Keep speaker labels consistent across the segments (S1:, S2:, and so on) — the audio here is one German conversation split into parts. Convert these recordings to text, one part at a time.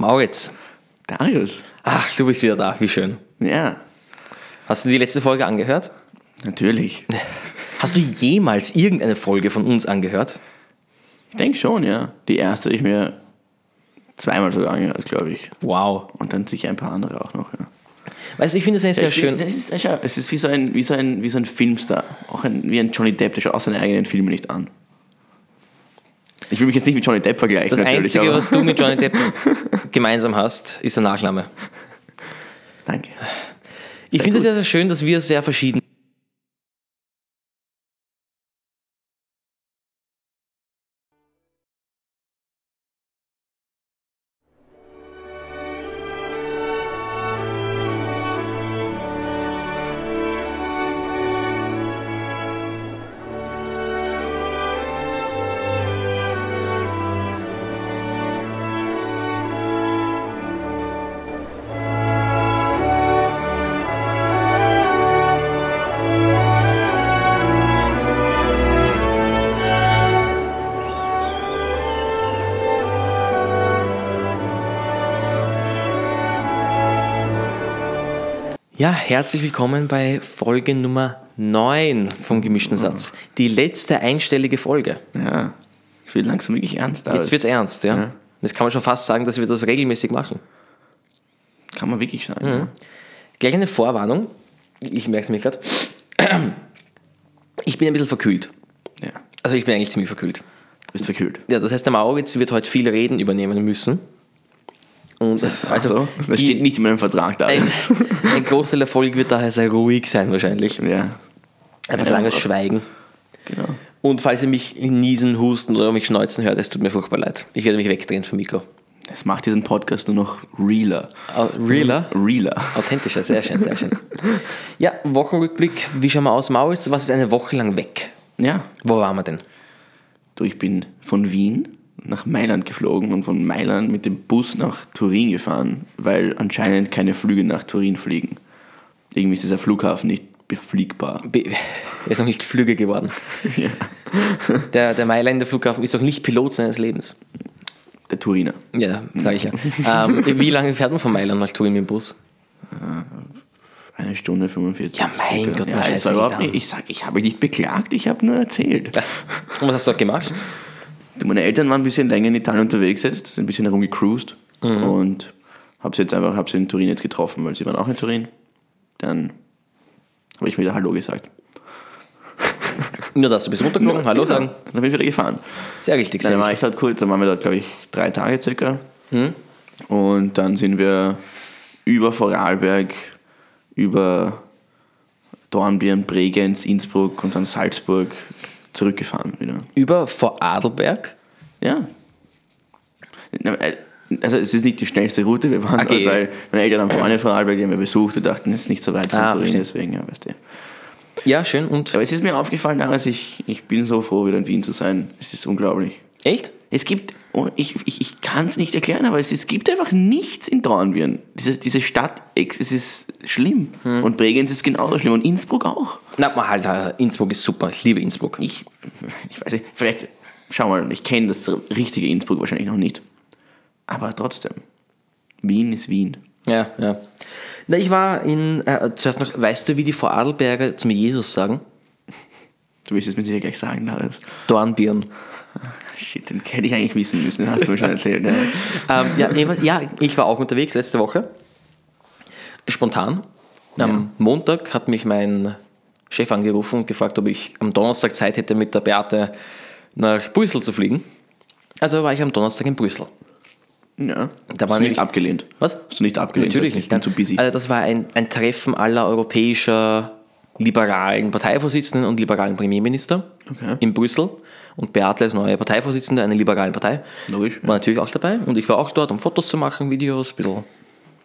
S1: Moritz.
S2: Darius.
S1: Ach, du bist wieder da. Wie schön.
S2: Ja,
S1: Hast du die letzte Folge angehört?
S2: natürlich.
S1: Hast du jemals irgendeine Folge von uns angehört?
S2: Ich denke schon, ja. Die erste ich mir zweimal sogar angehört, glaube ich.
S1: Wow.
S2: Und dann sicher ein paar andere auch noch, ja.
S1: Weißt du, ich finde es eigentlich sehr
S2: Ich-
S1: schön.
S2: Das ist, schau, es ist wie so ein, wie so ein, wie so ein Filmstar. Auch ein, wie ein Johnny Depp, der schaut auch seine eigenen Filme nicht an. Ich will mich jetzt nicht mit Johnny Depp vergleichen,
S1: Das
S2: natürlich.
S1: Einzige,
S2: aber-
S1: was du mit Johnny Depp gemeinsam hast, ist der Nachname.
S2: Danke.
S1: Ich
S2: Sehr
S1: finde es
S2: gut.
S1: sehr, sehr schön, dass wir sehr verschieden Ja, herzlich willkommen bei Folge Nummer 9 vom gemischten
S2: Oh.
S1: Satz. Die letzte einstellige Folge.
S2: Ja. Es wird langsam wirklich ernst. Aber
S1: Jetzt wird's ernst, ja.
S2: Ja.
S1: Das kann man schon fast sagen, dass wir das regelmäßig machen.
S2: das kann man wirklich sagen.
S1: Mhm.
S2: ja.
S1: Gleich eine Vorwarnung. Ich merke es mir gerade. Ich bin ein bisschen verkühlt.
S2: Ja.
S1: Also ich bin eigentlich ziemlich verkühlt.
S2: Du bist verkühlt.
S1: Ja, das heißt, der Mauritz wird heute viel Reden übernehmen müssen. Und
S2: Also, das
S1: die-
S2: steht nicht in meinem Vertrag da.
S1: ein, ein Großteil der Folge wird daher sehr ruhig sein wahrscheinlich.
S2: Ja,
S1: Einfach
S2: Ja.
S1: langes Schweigen.
S2: genau.
S1: Und falls ihr mich niesen, husten oder mich schneuzen hört, es tut mir furchtbar leid. Ich werde mich wegdrehen vom Mikro.
S2: Das macht diesen Podcast nur noch realer.
S1: Au- Realer?
S2: Realer.
S1: Authentischer, sehr schön, sehr schön. Ja, Wochenrückblick. Wie schauen wir aus, Mauritz? Was ist eine Woche lang weg?
S2: Ja,
S1: Wo waren wir denn?
S2: du, ich bin von Wien nach Mailand geflogen und von Mailand mit dem Bus nach Turin gefahren, weil anscheinend keine Flüge nach Turin fliegen. Irgendwie ist dieser Flughafen nicht befliegbar.
S1: Be er ist noch nicht Flüge geworden.
S2: Ja.
S1: Der, der Mailänder Flughafen ist doch nicht Pilot seines Lebens.
S2: Der Turiner.
S1: Ja, sage ich ja. ähm, wie lange fährt man von Mailand nach Turin mit dem Bus?
S2: Eine Stunde 45.
S1: Ja, mein
S2: circa.
S1: Gott,
S2: ja,
S1: na,
S2: es
S1: scheiß
S2: war
S1: dich
S2: überhaupt
S1: an.
S2: nicht, ich sag, ich habe nicht beklagt, ich habe nur erzählt.
S1: Und was hast du dort gemacht?
S2: Du, Meine Eltern waren ein bisschen länger in Italien unterwegs jetzt, sind ein bisschen herumgecruised
S1: Mhm.
S2: und habe sie jetzt einfach, habe sie in Turin jetzt getroffen, weil sie waren auch in Turin. Dann habe ich wieder Hallo gesagt.
S1: Nur das, du bist runtergeflogen, hallo
S2: Genau.
S1: sagen.
S2: Dann bin ich wieder gefahren.
S1: Sehr richtig, sehr Mhm.
S2: Dann war
S1: richtig.
S2: ich dort kurz, dann waren wir dort, glaube ich, drei Tage circa. Und dann sind wir über Vorarlberg, über Dornbirn, Bregenz, Innsbruck und dann Salzburg zurückgefahren wieder.
S1: Über Vorarlberg?
S2: Ja. Na, äh, Also es ist nicht die schnellste Route, wir waren
S1: Okay.
S2: dort, weil meine Eltern haben Freunde von Arlberg, die haben wir besucht und dachten, es ist nicht so weit von
S1: Ah,
S2: Turin,
S1: verstehe.
S2: deswegen, ja, weißt du.
S1: Ja, schön. Und
S2: Aber es ist mir aufgefallen damals, ich, ich bin so froh, wieder in Wien zu sein. Es ist unglaublich.
S1: echt?
S2: Es gibt, oh, ich, ich, ich kann es nicht erklären, aber es, es gibt einfach nichts in Dornbirn. Diese, diese Stadt, ex- es ist schlimm.
S1: Hm.
S2: Und Bregenz ist genauso schlimm und Innsbruck auch.
S1: Na, mal halt, äh, Innsbruck ist super. Ich liebe Innsbruck.
S2: Ich, ich weiß nicht, vielleicht, schau mal, ich kenne das richtige Innsbruck wahrscheinlich noch nicht. Aber trotzdem, Wien ist Wien.
S1: Ja, ja. Na, ich war in, äh, zuerst noch, weißt du, wie die Vorarlberger zum Jesus sagen?
S2: Du willst es mir sicher gleich sagen, Lars.
S1: Dornbirn.
S2: Shit, den hätte ich eigentlich wissen müssen, den hast du mir schon erzählt. Ja.
S1: ähm, ja, nee, was, ja, ich war auch unterwegs letzte Woche. Spontan. Am Montag hat mich mein Chef angerufen und gefragt, ob ich am Donnerstag Zeit hätte, mit der Beate nach Brüssel zu fliegen. Also war ich am Donnerstag in Brüssel. Da war
S2: ja. Hast du nicht
S1: nämlich-
S2: abgelehnt.
S1: Was?
S2: Hast du nicht abgelehnt?
S1: Natürlich
S2: Sagst,
S1: nicht.
S2: Ich bin
S1: nein.
S2: zu busy.
S1: Also das war ein, ein Treffen aller europäischer liberalen Parteivorsitzenden und liberalen Premierminister
S2: Okay.
S1: in Brüssel. Und Beate ist neue Parteivorsitzende einer liberalen Partei.
S2: Logisch, ja.
S1: War natürlich auch dabei. Und ich war auch dort, um Fotos zu machen, Videos, ein bisschen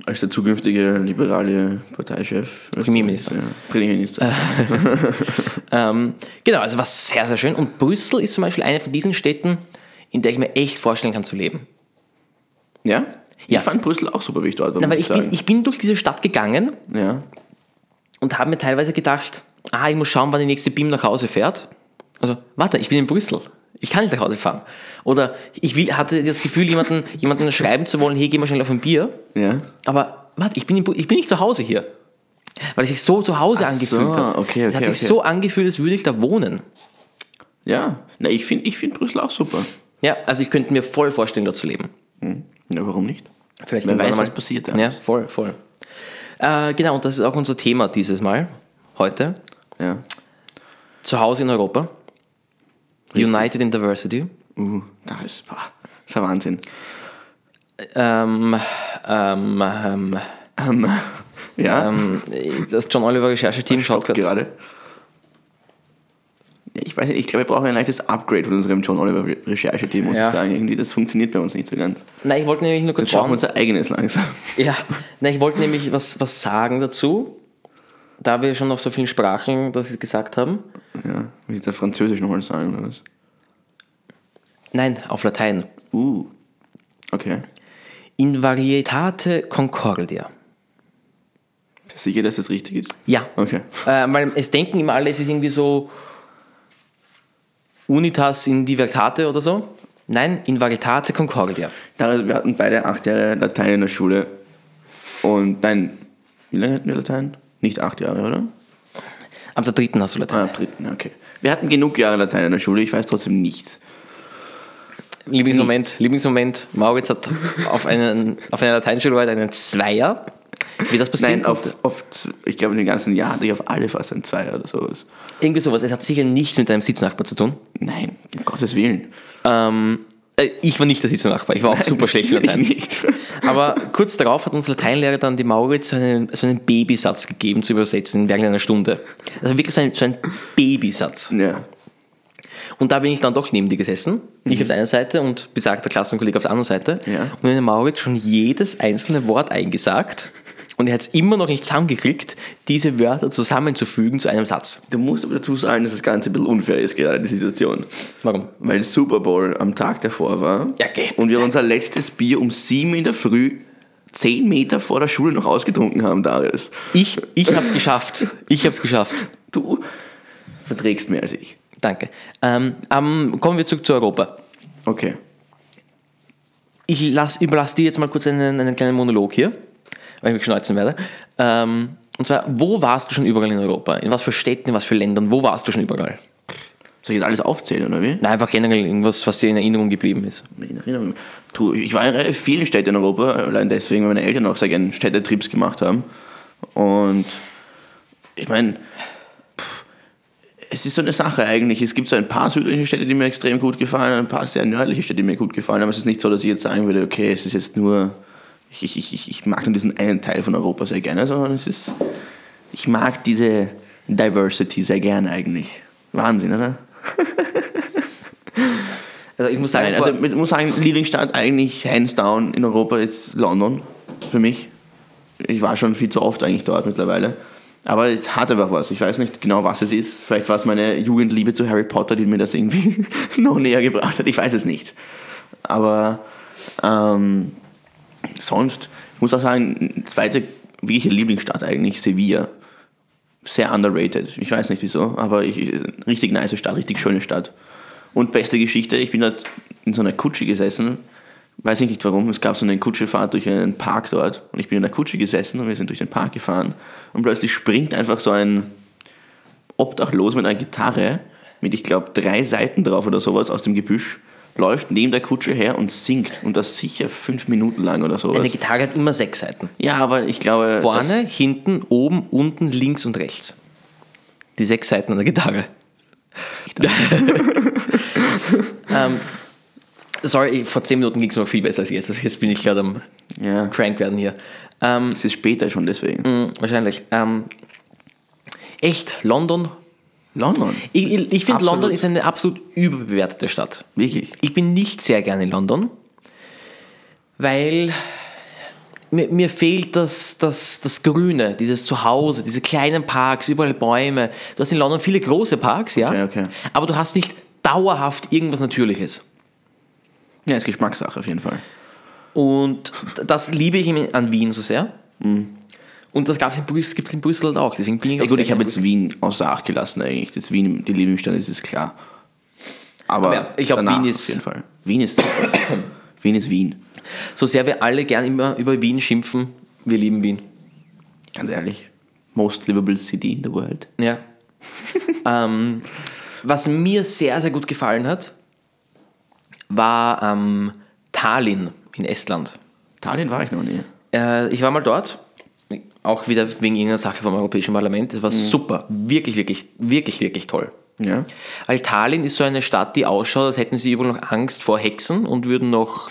S2: Als der zukünftige liberale Parteichef.
S1: Premierminister. Äh.
S2: Ja, Premierminister.
S1: Genau, also war sehr, sehr schön. Und Brüssel ist zum Beispiel eine von diesen Städten, in der ich mir echt vorstellen kann zu leben.
S2: ja?
S1: Ja.
S2: Ich fand Brüssel auch super, wie ich dort war.
S1: Na,
S2: muss
S1: weil ich bin, ich bin durch diese Stadt gegangen
S2: sagen. ja.
S1: und habe mir teilweise gedacht, ah, ich muss schauen, wann die nächste BIM nach Hause fährt. Also, warte, ich bin in Brüssel. Ich kann nicht nach Hause fahren. Oder ich will, hatte das Gefühl, jemanden, jemanden schreiben zu wollen, hey, geh mal schnell auf ein Bier.
S2: Ja.
S1: Aber warte, ich bin, im Bu- ich bin nicht zu Hause hier. Weil es sich so zu Hause
S2: Ach
S1: angefühlt
S2: so,
S1: hat.
S2: okay,
S1: es hat
S2: okay,
S1: sich
S2: okay.
S1: so angefühlt, als würde ich da wohnen.
S2: Ja. Na, ich finde ich find Brüssel auch super.
S1: Ja, also ich könnte mir voll vorstellen, dort zu leben.
S2: Na, warum nicht?
S1: Vielleicht
S2: Wer
S1: irgendwann
S2: weiß,
S1: einmal.
S2: was passiert.
S1: Ja, voll, voll. Äh, genau, und das ist auch unser Thema dieses Mal, heute.
S2: ja.
S1: Zu Hause in Europa. United in Diversity.
S2: Uh, das ist, boah, das ist ein Wahnsinn.
S1: Ähm, ähm, ähm,
S2: Ähm, ja,
S1: ähm, das John Oliver Recherche-Team schaut gerade.
S2: gerade. Ja, ich weiß nicht, ich glaube, wir brauchen ein leichtes Upgrade von unserem John Oliver Re- Recherche-Team, muss
S1: Ja.
S2: ich sagen. Irgendwie, das funktioniert bei uns nicht so ganz.
S1: Nein, ich wollte nämlich nur kurz
S2: Jetzt brauchen wir
S1: schauen.
S2: unser eigenes langsam.
S1: Ja, nein, ich wollte nämlich was, was sagen dazu, da wir schon auf so vielen Sprachen das gesagt haben.
S2: Ja, muss ich da Französisch nochmal sagen oder was?
S1: Nein, auf Latein.
S2: Uh, okay.
S1: In varietate concordia.
S2: Bist du sicher, dass das richtig ist?
S1: Ja,
S2: Okay.
S1: Äh, weil es denken immer alle, es ist irgendwie so Unitas in Divertate oder so. Nein, in Varietate Concordia.
S2: Ja, wir hatten beide acht Jahre Latein in der Schule. Und nein, wie lange hatten wir Latein? Nicht acht Jahre, oder?
S1: Ab der dritten hast du Latein.
S2: Ah, ab dritten, okay. Wir hatten genug Jahre Latein in der Schule, ich weiß trotzdem nichts. Ah,
S1: Lieblingsmoment, Lieblingsmoment. Mauritz hat auf, einen, auf einer Lateinschularbeit einen Zweier. Wie das passiert?
S2: Nein, auf, auf, z- ich glaube, in dem ganzen Jahr hatte ich auf alle fast ein Zweier oder sowas.
S1: Irgendwie sowas. Es hat sicher nichts mit deinem Sitznachbar zu tun.
S2: Nein, um Gottes Willen.
S1: Ähm, äh, ich war nicht der Sitznachbar. Ich war auch super schlecht in Latein.
S2: Natürlich nicht.
S1: Aber kurz darauf hat unser Lateinlehrer dann die Mauritz so einen, so einen Babysatz gegeben zu übersetzen während einer Stunde. Also wirklich so ein, so ein Babysatz.
S2: Ja.
S1: Und da bin ich dann doch neben dir gesessen. Ich auf der einen Seite und besagter Klassenkollege auf der anderen Seite.
S2: Ja.
S1: Und mir hat der Mauritz schon jedes einzelne Wort eingesagt. Und er hat es immer noch nicht zusammengekriegt, diese Wörter zusammenzufügen zu einem Satz.
S2: Du musst aber dazu sagen, dass das Ganze ein bisschen unfair ist gerade, die Situation.
S1: Warum?
S2: Weil Super Bowl am Tag davor war.
S1: Ja, geh.
S2: Und wir unser letztes Bier um sieben in der Früh, zehn Meter vor der Schule noch ausgetrunken haben, Darius.
S1: Ich, ich habe es geschafft. Ich habe es geschafft.
S2: Du verträgst mehr als ich.
S1: Danke. Ähm, ähm, kommen wir zurück zu Europa.
S2: Okay.
S1: Ich lass, überlasse dir jetzt mal kurz einen, einen kleinen Monolog hier, weil ich mich schneuzen werde. Ähm, und zwar, wo warst du schon überall in Europa? In was für Städten, in was für Ländern? Wo warst du schon überall?
S2: Soll ich jetzt alles aufzählen, oder wie?
S1: Nein, einfach generell irgendwas, was dir in Erinnerung geblieben ist.
S2: In Erinnerung. Du, ich war in relativ vielen Städten in Europa, allein deswegen, weil meine Eltern auch sehr gerne Städtetrips gemacht haben. Und ich meine, pff, es ist so eine Sache eigentlich. Es gibt so ein paar südliche Städte, die mir extrem gut gefallen, ein paar sehr nördliche Städte, die mir gut gefallen, aber es ist nicht so, dass ich jetzt sagen würde, okay, es ist jetzt nur, ich, ich, ich- ich, ich mag nur diesen einen Teil von Europa sehr gerne, sondern es ist, ich mag diese Diversity sehr gerne eigentlich. Wahnsinn, oder?
S1: Also ich muss sagen,
S2: Nein, also ich muss sagen, Lieblingsstadt eigentlich hands down in Europa ist London für mich. Ich war schon viel zu oft eigentlich dort mittlerweile. Aber es hat einfach was. Ich weiß nicht genau, was es ist. Vielleicht war es meine Jugendliebe zu Harry Potter, die mir das irgendwie noch näher gebracht hat. Ich weiß es nicht. Aber ähm, sonst, ich muss auch sagen, zweite wirkliche Lieblingsstadt eigentlich, Sevilla. Sehr underrated. Ich weiß nicht wieso, aber ich, ich, richtig nice Stadt, richtig schöne Stadt. Und beste Geschichte, ich bin dort in so einer Kutsche gesessen. Weiß ich nicht warum, es gab so eine Kutschefahrt durch einen Park dort. Und ich bin in der Kutsche gesessen und wir sind durch den Park gefahren. Und plötzlich springt einfach so ein Obdachlos mit einer Gitarre mit, ich glaube, drei Seiten drauf oder sowas aus dem Gebüsch, läuft neben der Kutsche her und singt. Und das sicher fünf Minuten lang oder sowas.
S1: eine Gitarre hat immer sechs Seiten.
S2: ja, aber ich glaube.
S1: Vorne, hinten, oben, unten, links und rechts. Die sechs Seiten einer Gitarre. ähm, sorry, vor zehn Minuten ging es mir noch viel besser als jetzt. Also jetzt bin ich gerade am
S2: Das, ja,
S1: crank werden hier. Ähm,
S2: es ist später schon deswegen.
S1: Mhm. wahrscheinlich. Ähm, echt, London.
S2: London,
S1: Ich, ich, ich finde,
S2: Absolut.
S1: London ist eine absolut überbewertete Stadt.
S2: wirklich.
S1: Ich bin nicht sehr gerne in London, weil mir, mir fehlt das, das, das Grüne, dieses Zuhause, diese kleinen Parks, überall Bäume. Du hast in London viele große Parks, ja,
S2: Okay, okay.
S1: aber du hast nicht dauerhaft irgendwas Natürliches.
S2: Ja, ist Geschmackssache auf jeden Fall.
S1: Und das liebe ich in- an Wien so sehr. Und das gab's in Brüssel, gibt es in Brüssel halt auch. Deswegen bin ich
S2: Ja,
S1: auch
S2: Mhm. Oh,
S1: sehr
S2: gut, ich habe
S1: gerne
S2: jetzt Wien außer Acht gelassen eigentlich. Das Wien, die Lieblingsstadt ist, ist klar.
S1: in
S2: Aber
S1: Ja, ich glaub,
S2: danach
S1: Wien ist-
S2: Auf jeden Fall. Wien ist super. Wien ist Wien.
S1: So sehr wir alle gern immer über Wien schimpfen, wir lieben Wien.
S2: Ganz ehrlich. Most livable city in the world.
S1: Ja. ähm, was mir sehr, sehr gut gefallen hat, war ähm, Tallinn in Estland.
S2: Italien war ich noch nie.
S1: Äh, ich war mal dort, auch wieder wegen irgendeiner Sache vom Europäischen Parlament. Das war
S2: Mhm.
S1: super. Wirklich, wirklich, wirklich, wirklich toll.
S2: Ja.
S1: Weil Tallinn ist so eine Stadt, die ausschaut, als hätten sie überall noch Angst vor Hexen und würden noch,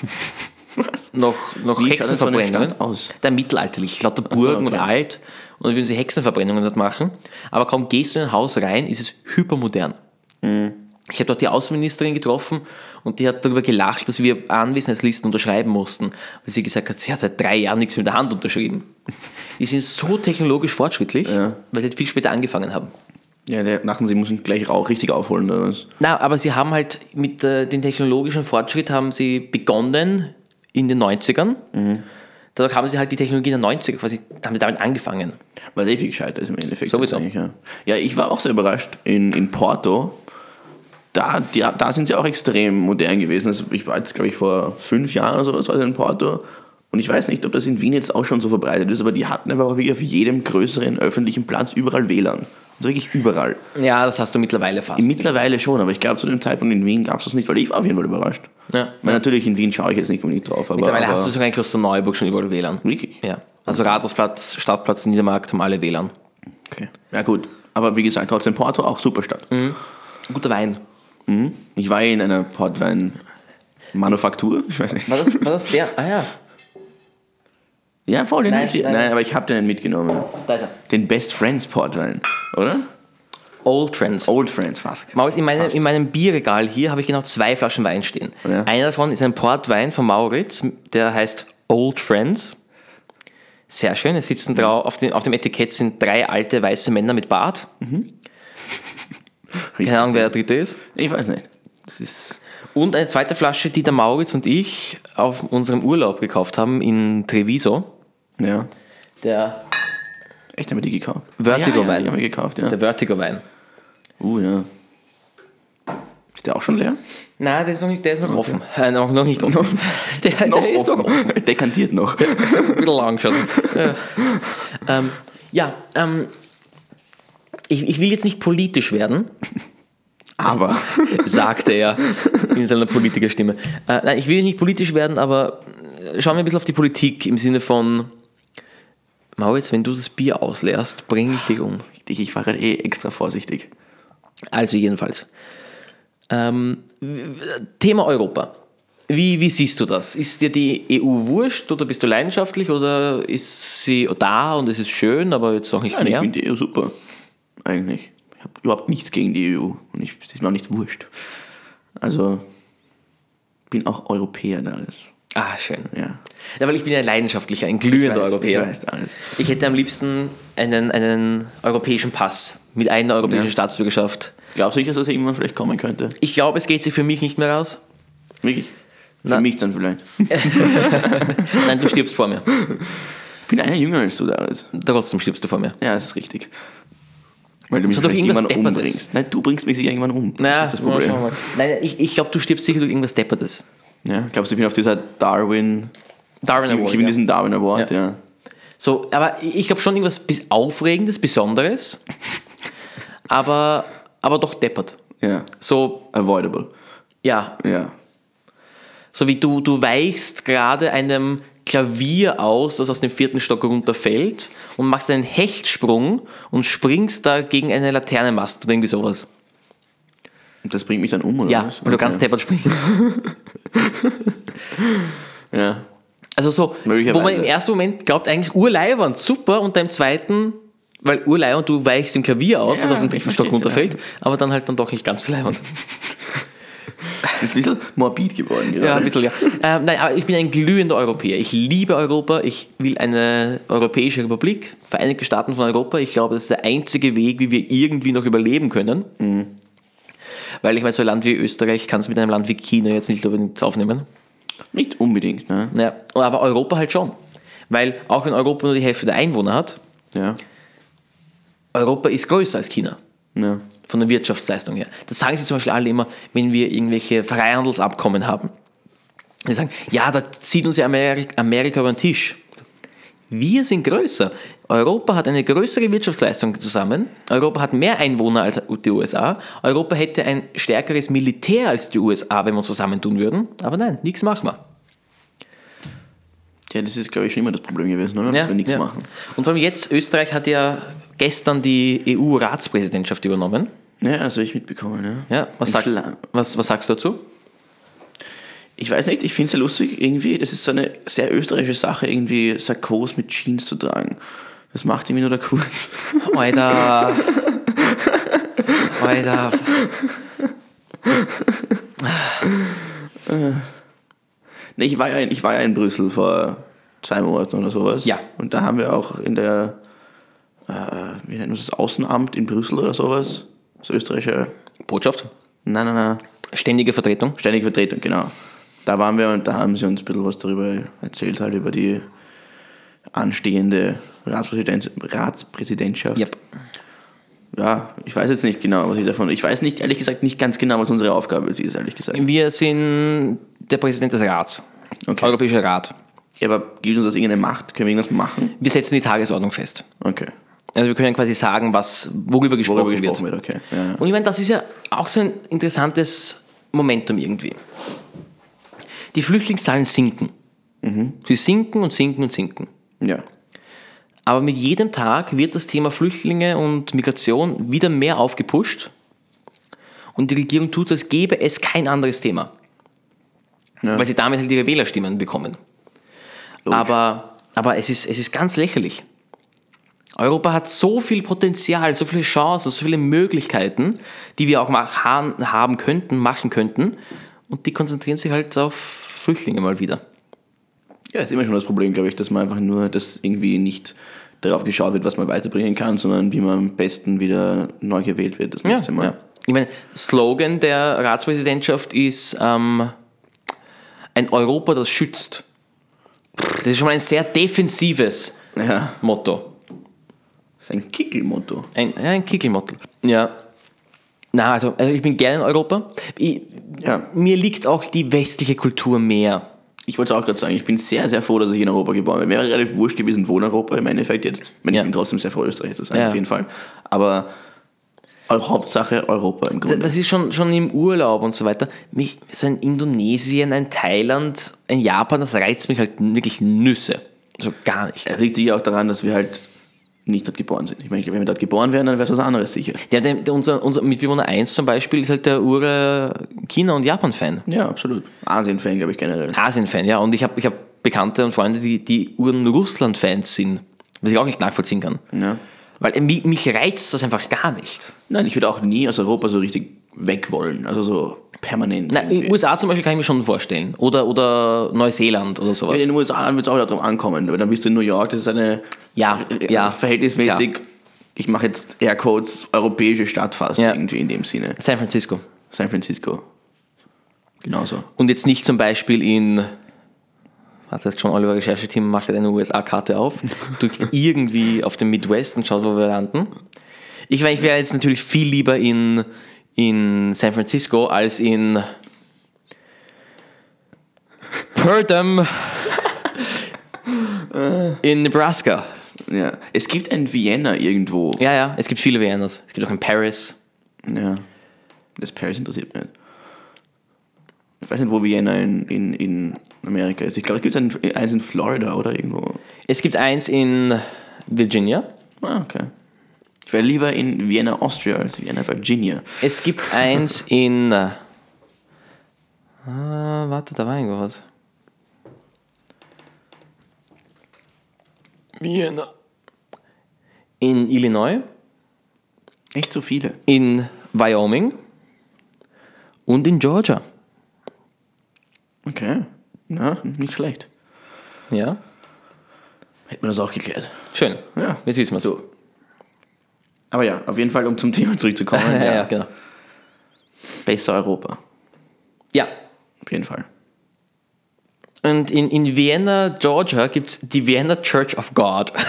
S1: noch, noch
S2: Wie schaut
S1: Hexen
S2: denn so eine
S1: verbrennen.
S2: Stadt aus?
S1: Da mittelalterlich, lauter Burgen
S2: okay.
S1: und alt. Und dann würden sie Hexenverbrennungen dort machen. Aber kaum gehst du in ein Haus rein, ist es hypermodern. Mhm. Ich habe dort die Außenministerin getroffen und die hat darüber gelacht, dass wir Anwesenheitslisten unterschreiben mussten. Weil sie gesagt hat, sie hat seit drei Jahren nichts mit der Hand unterschrieben. Die sind so technologisch fortschrittlich,
S2: Ja.
S1: weil sie halt viel später angefangen haben.
S2: Ja, der dachten, sie müssen gleich rau richtig aufholen oder was?
S1: Na, aber sie haben halt mit äh, dem technologischen Fortschritt haben sie begonnen in den 90ern. Dadurch haben sie halt die Technologie der 90er quasi haben sie damit angefangen.
S2: Was eh viel gescheiter ist im Endeffekt.
S1: Sowieso.
S2: Eigentlich, ja. ja, ich war auch sehr überrascht in, in Porto. Da, die, da sind sie auch extrem modern gewesen. Also ich war jetzt, glaube ich, vor fünf Jahren oder sowas war ich in Porto. Und ich weiß nicht, ob das in Wien jetzt auch schon so verbreitet ist, aber die hatten einfach wirklich auf jedem größeren öffentlichen Platz überall WLAN. Also wirklich überall.
S1: Ja, das hast du mittlerweile fast.
S2: Mittlerweile schon, aber ich glaube, zu dem Zeitpunkt in Wien gab es das nicht, weil ich war auf jeden Fall überrascht.
S1: Ja.
S2: Weil natürlich in Win schaue ich jetzt nicht unbedingt drauf, aber.
S1: mittlerweile
S2: aber
S1: hast du sogar in Klosterneuburg schon überall WLAN.
S2: Wirklich?
S1: Ja. Also Rathausplatz, Stadtplatz, Niedermarkt haben alle WLAN.
S2: Okay. Ja, gut. Aber wie gesagt, trotzdem Porto auch super Stadt.
S1: Guter Wein.
S2: Ich war ja in einer Portwein-Manufaktur. Ich weiß nicht.
S1: War das, war das der? Ah ja,
S2: Ja, voll, den
S1: Nein,
S2: nein, ich,
S1: nein.
S2: nein. aber ich habe den mitgenommen.
S1: da ist er.
S2: Den Best Friends Portwein, oder?
S1: Old Friends.
S2: Old Friends, fast.
S1: Maurits, in, meine,
S2: Oh, Passt. Oh
S1: in meinem Bierregal hier habe ich genau zwei Flaschen Wein stehen.
S2: Ja.
S1: Einer davon ist ein Portwein von Maurits, der heißt Old Friends. Sehr schön, es
S2: Mhm.
S1: sitzen drauf, auf, dem, auf dem Etikett sind drei alte weiße Männer mit Bart.
S2: Mhm.
S1: Keine Ahnung, wer der dritte ist.
S2: Ich weiß nicht. Das ist.
S1: Und eine zweite Flasche, die der Maurits und ich auf unserem Urlaub gekauft haben in Treviso.
S2: Ja.
S1: Der
S2: Echt, haben wir die gekauft?
S1: Vertigo-Wein.
S2: Ja, ja, die haben wir gekauft, ja.
S1: Der Vertigo-Wein.
S2: Uh, ja. Ist der auch schon leer?
S1: Nein, der ist noch nicht, der ist noch offen. Äh, noch, noch nicht offen. der, der ist noch offen.
S2: Dekantiert noch.
S1: ein bisschen lang schon. Ja, ähm, ja ähm, ich, ich will jetzt nicht politisch werden,
S2: Aber.
S1: sagte er in seiner Politikerstimme. Äh, nein, ich will nicht politisch werden, aber äh, schauen wir ein bisschen auf die Politik im Sinne von, Maurits, wenn du das Bier ausleerst, bringe ich dich um.
S2: Richtig, ich war gerade eh extra vorsichtig.
S1: Also jedenfalls. Ähm, Thema Europa. Wie, wie siehst du das? Ist dir die EU wurscht oder bist du leidenschaftlich oder ist sie da und es ist schön, aber jetzt noch nicht
S2: Nein, ich
S1: mehr?
S2: finde die EU super. Eigentlich. Ich habe überhaupt nichts gegen die EU. Und ich, das ist mir auch nicht wurscht. Also, bin auch Europäer und alles.
S1: Ah, schön.
S2: Ja.
S1: Ja, weil ich bin ein leidenschaftlicher, ein glühender
S2: Ich
S1: Europäer.
S2: weiß alles.
S1: Ich, hätte am liebsten einen, einen europäischen Pass mit einer europäischen
S2: Ja.
S1: Staatsbürgerschaft.
S2: Glaubst du nicht, dass das irgendwann vielleicht kommen könnte?
S1: Ich glaube, es geht sich für mich nicht mehr aus.
S2: Wirklich? Für
S1: Na.
S2: mich dann vielleicht.
S1: Nein, du stirbst vor mir.
S2: Ich bin einer jünger als du da alles.
S1: Trotzdem stirbst du vor mir.
S2: Ja, das ist richtig. Weil du mich
S1: war doch
S2: vielleicht
S1: irgendwas
S2: irgendwann
S1: Deppertes.
S2: umbringst. Nein, du bringst mich sicher irgendwann um.
S1: Naja,
S2: das ist das
S1: mal schauen
S2: Problem.
S1: wir mal. Nein, ich, ich glaube, du stirbst sicher durch irgendwas Deppertes.
S2: Ja, glaubst du, ich bin auf dieser Darwin...
S1: Darwin
S2: ich bin
S1: ja.
S2: diesen Darwin Award,
S1: Ja.
S2: ja.
S1: So, aber ich glaube schon irgendwas bis Aufregendes, Besonderes, aber, aber doch deppert.
S2: Ja.
S1: So,
S2: Avoidable.
S1: ja,
S2: Ja.
S1: so wie du, du weichst gerade einem Klavier aus, das aus dem vierten Stock runterfällt und machst einen Hechtsprung und springst da gegen eine Laternenmast oder irgendwie sowas.
S2: Und das bringt mich dann um, oder
S1: Ja,
S2: was?
S1: weil du ganz
S2: Okay.
S1: deppert springst.
S2: Ja.
S1: Also so, wo
S2: Möglicherweise.
S1: man im ersten Moment glaubt, eigentlich urleiwand, super, und dann im zweiten, weil urleiwand, du weichst im Klavier aus,
S2: Ja,
S1: das aus dem
S2: ich
S1: dritten Stock
S2: versteh's,
S1: runterfällt, aber dann halt dann doch nicht ganz so leiwand.
S2: Es ist ein bisschen morbid geworden gerade.
S1: Ja, ein bisschen, ja. Ähm, nein, aber ich bin ein glühender Europäer. Ich liebe Europa. Ich will eine europäische Republik, Vereinigte Staaten von Europa. Ich glaube, das ist der einzige Weg, wie wir irgendwie noch überleben können. Mhm. Weil ich meine, so ein Land wie Österreich kannst du mit einem Land wie China jetzt nicht unbedingt aufnehmen.
S2: Nicht unbedingt, ne?
S1: Ja, aber Europa halt schon. Weil auch wenn Europa nur die Hälfte der Einwohner hat,
S2: Ja.
S1: Europa ist größer als China.
S2: Ja.
S1: von der Wirtschaftsleistung her. Das sagen sie zum Beispiel alle immer, wenn wir irgendwelche Freihandelsabkommen haben. Die sagen, ja, da zieht uns ja Ameri- Amerika über den Tisch. Wir sind größer. Europa hat eine größere Wirtschaftsleistung zusammen. Europa hat mehr Einwohner als die USA. Europa hätte ein stärkeres Militär als die USA, wenn wir uns zusammentun würden. Aber nein, nichts machen wir.
S2: Ja, das ist, glaube ich, schon immer das Problem gewesen, oder? Dass wir nichts machen.
S1: Und vor allem jetzt, Österreich hat ja gestern die EU-Ratspräsidentschaft übernommen.
S2: Ja, also ich mitbekommen, ja.
S1: Ja, was,
S2: Ein
S1: sagst,
S2: Schla-
S1: was, was sagst du dazu?
S2: Ich weiß nicht, ich finde es ja lustig irgendwie. Das ist so eine sehr österreichische Sache, irgendwie Sakkos mit Jeans zu tragen. Das macht irgendwie nur der Kurz.
S1: Alter. Alter.
S2: Nee, ich war ja in, ich war ja in Brüssel vor zwei Monaten oder sowas.
S1: Ja.
S2: Und da haben wir auch in der, äh, wie nennt man das, Außenamt in Brüssel oder sowas. Das österreichische,
S1: Botschaft,
S2: nein, nein, nein,
S1: ständige Vertretung.
S2: ständige Vertretung, genau. Da waren wir und da haben sie uns ein bisschen was darüber erzählt, halt über die anstehende Ratspräsidenz, Ratspräsidentschaft.
S1: Yep.
S2: Ja, ich weiß jetzt nicht genau, was ich davon. Ich weiß nicht, ehrlich gesagt, nicht ganz genau, was unsere Aufgabe ist, ehrlich gesagt.
S1: Wir sind der Präsident des Rats.
S2: Okay.
S1: Europäischer Rat.
S2: Ja, aber gibt uns das irgendeine Macht? Können wir irgendwas machen?
S1: Wir setzen die Tagesordnung fest.
S2: Okay.
S1: Also wir können quasi sagen, was, worüber gesprochen,
S2: Worüber gesprochen
S1: wird.
S2: wird, okay. Ja, ja.
S1: Und ich meine, das ist ja auch so ein interessantes Momentum irgendwie. Die Flüchtlingszahlen sinken. Sie sinken und sinken und sinken.
S2: ja.
S1: Aber mit jedem Tag wird das Thema Flüchtlinge und Migration wieder mehr aufgepusht. Und die Regierung tut, als gäbe es kein anderes Thema.
S2: Ja.
S1: Weil sie damit halt ihre Wählerstimmen bekommen.
S2: Logisch.
S1: Aber, aber es, ist, es ist ganz lächerlich. Europa hat so viel Potenzial, so viele Chancen, so viele Möglichkeiten, die wir auch mach- han- haben könnten, machen könnten. Und die konzentrieren sich halt auf Flüchtlinge mal wieder.
S2: Ja, ist immer schon das Problem, glaube ich, dass man einfach nur, dass irgendwie nicht darauf geschaut wird, was man weiterbringen kann, sondern wie man am besten wieder neu gewählt wird das nächste Mal.
S1: Ich meine, Slogan der Ratspräsidentschaft ist ähm, ein Europa, das schützt. Das ist schon mal ein sehr defensives
S2: Ja.
S1: Motto.
S2: Das ist ein Kickelmotto.
S1: Ein, ja, ein Kickelmotto. Ja. Na, also, also ich bin gerne in Europa. Ich,
S2: Ja.
S1: Mir liegt auch die westliche Kultur mehr.
S2: Ich wollte es auch gerade sagen, ich bin sehr, sehr froh, dass ich in Europa geboren bin. Mir wäre relativ wurscht gewesen, wo in Europa im Endeffekt jetzt. Ich meine,
S1: Ja.
S2: Ich bin trotzdem sehr froh, Österreich zu sein,
S1: Ja.
S2: auf jeden Fall. Aber auch Hauptsache Europa im Grunde.
S1: Das ist schon, schon im Urlaub und so weiter. Mich, so ein Indonesien, ein Thailand, ein Japan, das reizt mich halt wirklich Nüsse. So also gar nicht.
S2: Das liegt sicher auch daran, dass wir halt nicht dort geboren sind. Ich meine, wenn wir dort geboren wären, dann wäre es was anderes sicher.
S1: Der, der, der, unser, unser Mitbewohner 1 zum Beispiel ist halt der Ure China- und Japan-Fan.
S2: Ja, absolut. Asien-Fan, glaube ich, generell.
S1: Asien-Fan, ja. Und ich habe ich hab Bekannte und Freunde, die, die Uren-Russland-Fans sind. Was ich auch nicht nachvollziehen kann.
S2: Ja.
S1: Weil äh, mich, mich reizt das einfach gar nicht.
S2: Ne? Nein, ich würde auch nie aus Europa so richtig weg wollen. Also so permanent.
S1: Nein,
S2: irgendwie.
S1: in USA zum Beispiel kann ich mir schon vorstellen. Oder, oder Neuseeland oder sowas.
S2: in den USA wird es auch darum ankommen, weil dann bist du in New York, das ist eine äh,
S1: Ja, ja.
S2: verhältnismäßig,
S1: Klar.
S2: ich mache jetzt Aircodes, europäische Stadt fast
S1: Ja.
S2: irgendwie in dem Sinne.
S1: San Francisco.
S2: San Francisco. Genauso.
S1: Und jetzt nicht zum Beispiel in. Warte, jetzt schon Oliver Rechercheteam macht halt eine USA-Karte auf, drückt irgendwie auf den Midwest und schaut, wo wir landen. Ich meine, ich wäre jetzt natürlich viel lieber in, in San Francisco als in Purdom in Nebraska.
S2: Ja. Es gibt ein Vienna irgendwo.
S1: Ja, ja, es gibt viele Viennas. Es gibt auch in Paris.
S2: Ja. Das Paris interessiert mich nicht. Ich weiß nicht, wo Vienna in, in, in Amerika ist. Ich glaube, es gibt ein- eins in Florida oder irgendwo.
S1: Es gibt eins in Virginia.
S2: Ah, okay. Ich wäre lieber in Vienna, Austria als Vienna, Virginia.
S1: Es gibt eins in. Äh, ah, warte, da war irgendwo was.
S2: Vienna.
S1: In Illinois,
S2: Echt so viele.
S1: in Wyoming und in Georgia.
S2: Okay. Na, nicht schlecht.
S1: Ja,
S2: Hätte man das auch geklärt.
S1: schön.
S2: Ja.
S1: Jetzt wissen wir es.
S2: Aber ja, auf jeden Fall, um zum Thema zurückzukommen.
S1: Ja,
S2: ja,
S1: ja, genau.
S2: Besser Europa.
S1: Ja.
S2: Auf jeden Fall.
S1: Und in, in Vienna, Georgia gibt es die Vienna Church of God.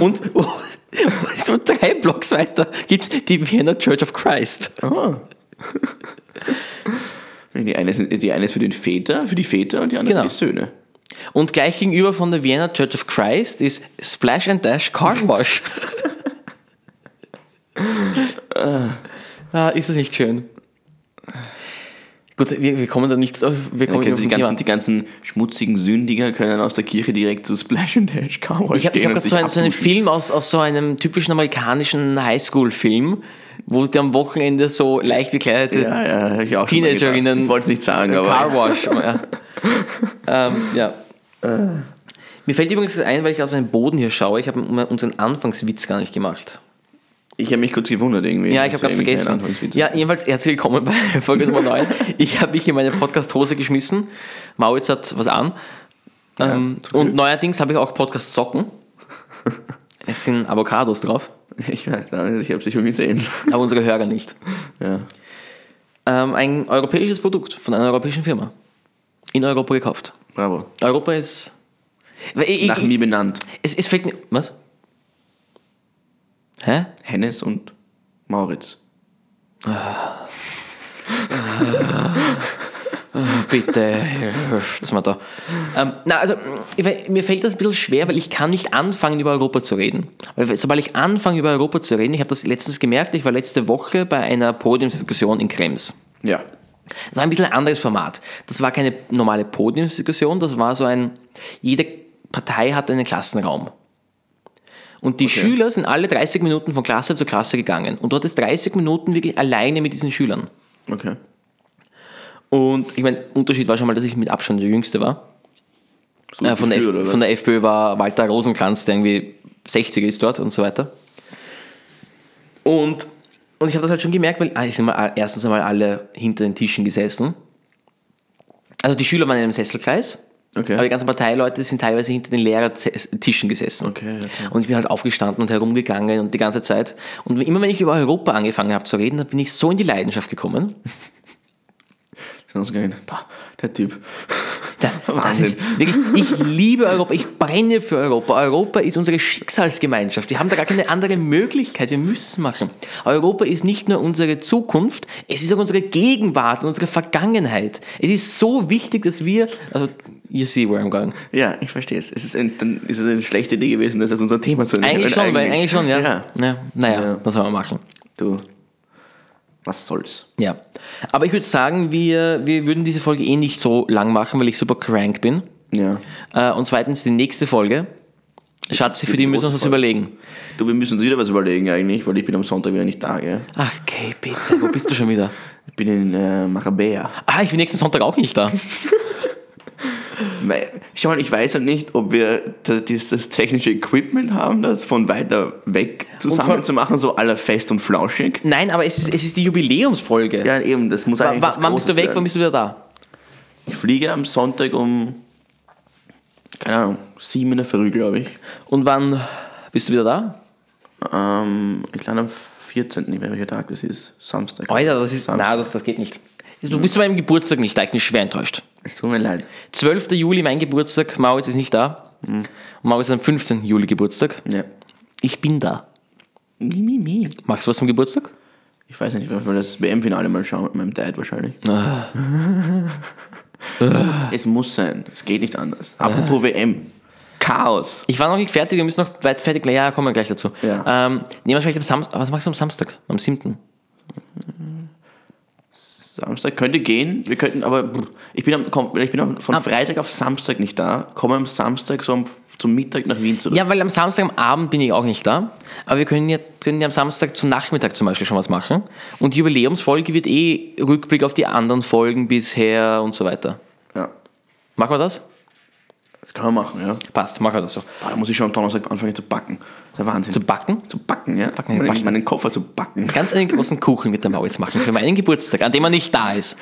S1: Und so drei Blocks weiter gibt es die Vienna Church of Christ.
S2: Ah. Die eine, ist, die eine ist für den Väter, für die Väter und die andere
S1: Genau.
S2: für die Söhne.
S1: Und gleich gegenüber von der Vienna Church of Christ ist Splash and Dash Car Wash. ah, ist das nicht schön? Gut, wir, wir kommen da nicht. Wir
S2: Dann
S1: kommen
S2: können die,
S1: nicht
S2: ganzen, die ganzen schmutzigen Sündiger können aus der Kirche direkt zu Splash and Dash Car Wash
S1: Ich habe
S2: gehen
S1: hab gerade
S2: und sich
S1: so, einen- so einen
S2: abduschen.
S1: Film aus, aus so einem typischen amerikanischen Highschool-Film, wo die am Wochenende so leicht gekleidete
S2: Ja, ja, hab ich auch schon mal
S1: Teenagerinnen-
S2: gedacht. Ich wollte es nicht sagen, aber.
S1: Car Wash. ja. ähm, ja. Mir fällt übrigens ein, weil ich auf den Boden hier schaue, ich habe unseren Anfangswitz gar nicht gemacht.
S2: Ich habe mich kurz gewundert irgendwie.
S1: Ja, ich habe gerade
S2: Deswegen kein
S1: vergessen.
S2: Anfangswitz.
S1: Ja, jedenfalls herzlich willkommen bei Folge Nummer 9. Ich habe mich in meine Podcast-Hose geschmissen. Mauritz hat was an. Ähm,
S2: zum
S1: und
S2: Glück.
S1: neuerdings habe ich auch Podcast-Socken. Es sind Avocados drauf,
S2: Ich weiß nicht, ich habe sie schon gesehen.
S1: aber unsere Hörer nicht.
S2: Ja.
S1: Ähm, ein europäisches Produkt von einer europäischen Firma. In Europa gekauft.
S2: Bravo.
S1: Europa ist. Weil Ich,
S2: Nach
S1: ich,
S2: mir benannt.
S1: Es, es fällt mir. Was? Hä?
S2: Hennes und Mauritz.
S1: Bitte, hilft's mir da. Ähm, na, also, ich we- mir fällt das ein bisschen schwer, weil ich kann nicht anfangen, über Europa zu reden. Weil, sobald ich anfange, über Europa zu reden, ich habe das letztens gemerkt, ich war letzte Woche bei einer Podiumsdiskussion in Krems.
S2: Ja.
S1: Das war ein bisschen ein anderes Format. Das war keine normale Podiumsdiskussion, das war so ein, jede Partei hat einen Klassenraum. Und die Schüler sind alle 30 Minuten von Klasse zu Klasse gegangen. Und dort ist 30 Minuten wirklich alleine mit diesen Schülern.
S2: Okay.
S1: Und ich meine, Unterschied war schon mal, dass ich mit Abstand der Jüngste war. Äh, von, der
S2: Gefühl,
S1: F-
S2: oder
S1: von der FPÖ war Walter Rosenkranz, der irgendwie 60 ist dort und so weiter. Und, und ich habe das halt schon gemerkt, weil ah, es sind mal, all- erstens einmal alle hinter den Tischen gesessen. Also die Schüler waren in einem Sesselkreis,
S2: Okay.
S1: aber die ganzen Parteileute sind teilweise hinter den Lehrertischen gesessen.
S2: Okay, okay.
S1: Und ich bin halt aufgestanden und herumgegangen und die ganze Zeit. Und immer wenn ich über Europa angefangen habe zu reden, dann bin ich so in die Leidenschaft gekommen.
S2: Sind ausgegangen. Bah, der Typ.
S1: Da, das
S2: Wahnsinn.
S1: ist wirklich, ich liebe Europa, ich brenne für Europa. Europa ist unsere Schicksalsgemeinschaft. Wir haben da gar keine andere Möglichkeit. Wir müssen es machen. Europa ist nicht nur unsere Zukunft, es ist auch unsere Gegenwart und unsere Vergangenheit. Es ist so wichtig, dass wir, also, you see where I'm going.
S2: Ja, ich verstehe es. Es Ist ein, dann ist es eine schlechte Idee gewesen, das als unser Thema zu nehmen.
S1: Eigentlich schon, weil, eigentlich schon, ja. ja naja,
S2: Ja.
S1: was soll man machen?
S2: Du, was soll's?
S1: Ja. Aber ich würde sagen, wir, wir würden diese Folge eh nicht so lang machen, weil ich super crank bin.
S2: Ja.
S1: Äh, Und zweitens, die nächste Folge, Schatzi, für die müssen wir uns was
S2: große
S1: überlegen.
S2: Du, wir müssen uns wieder was überlegen eigentlich, weil ich bin am Sonntag wieder nicht da, gell?
S1: Ach, okay, bitte. Wo bist du schon wieder?
S2: Ich bin in äh, Marabea.
S1: Ah, ich bin nächsten Sonntag auch nicht da.
S2: Weil- Schau mal, ich weiß halt nicht, ob wir da- das, das technische Equipment haben, das von weiter weg zusammen zu machen, so aller fest und flauschig.
S1: Nein, aber es ist, es ist die Jubiläumsfolge.
S2: Ja, eben, das muss
S1: Wa-
S2: eigentlich
S1: wa-
S2: was
S1: wann bist du
S2: Großes
S1: weg? Wann
S2: werden.
S1: bist du wieder da?
S2: Ich fliege am Sonntag um, keine Ahnung, sieben in der Früh, glaube ich.
S1: Und wann bist du wieder da?
S2: Ähm, ich lande am 14., ich weiß welcher Tag es ist, Samstag.
S1: Alter, das ist.
S2: Samstag.
S1: Na, das, das geht nicht. Du bist zu meinem Geburtstag nicht da. Ich bin schwer enttäuscht.
S2: Es tut mir leid.
S1: 12. Juli mein Geburtstag. Maurits ist nicht da. Und Maurits hat am 15. Juli Geburtstag.
S2: Ja.
S1: Ich bin da.
S2: Mi, mi, mi.
S1: Machst du was zum Geburtstag?
S2: Ich weiß nicht, ich werde das WM-Finale mal schauen mit meinem Dad wahrscheinlich.
S1: Ah.
S2: es muss sein, es geht nicht anders.
S1: Ah.
S2: Apropos WM. Chaos.
S1: Ich war noch nicht fertig. Wir müssen noch weit fertig. Ja, kommen wir gleich dazu.
S2: Ja.
S1: Ähm, nehmen wir es vielleicht am Samstag. Was machst du am Samstag? Am 7.
S2: Samstag könnte gehen, wir könnten aber. pff, Ich bin, am, komm, ich bin am,
S1: Ah.
S2: von Freitag auf Samstag nicht da, komme am Samstag so am, zum Mittag nach Wien zurück.
S1: Ja, weil am Samstag am Abend bin ich auch nicht da. Aber wir können ja, können ja am Samstag zum Nachmittag zum Beispiel schon was machen. Und die Jubiläumsfolge wird eh Rückblick auf die anderen Folgen bisher und so weiter.
S2: Ja,
S1: Machen wir das?
S2: das kann man machen, ja.
S1: Passt, machen wir das so.
S2: Boah, da muss ich schon am Donnerstag anfangen zu backen. Das ist der Wahnsinn.
S1: Zu backen?
S2: zu backen, ja?
S1: Backen,
S2: meinen,
S1: backen.
S2: meinen Koffer zu backen.
S1: Ganz einen großen Kuchen mit der Maul jetzt machen für meinen Geburtstag, an dem er nicht da ist.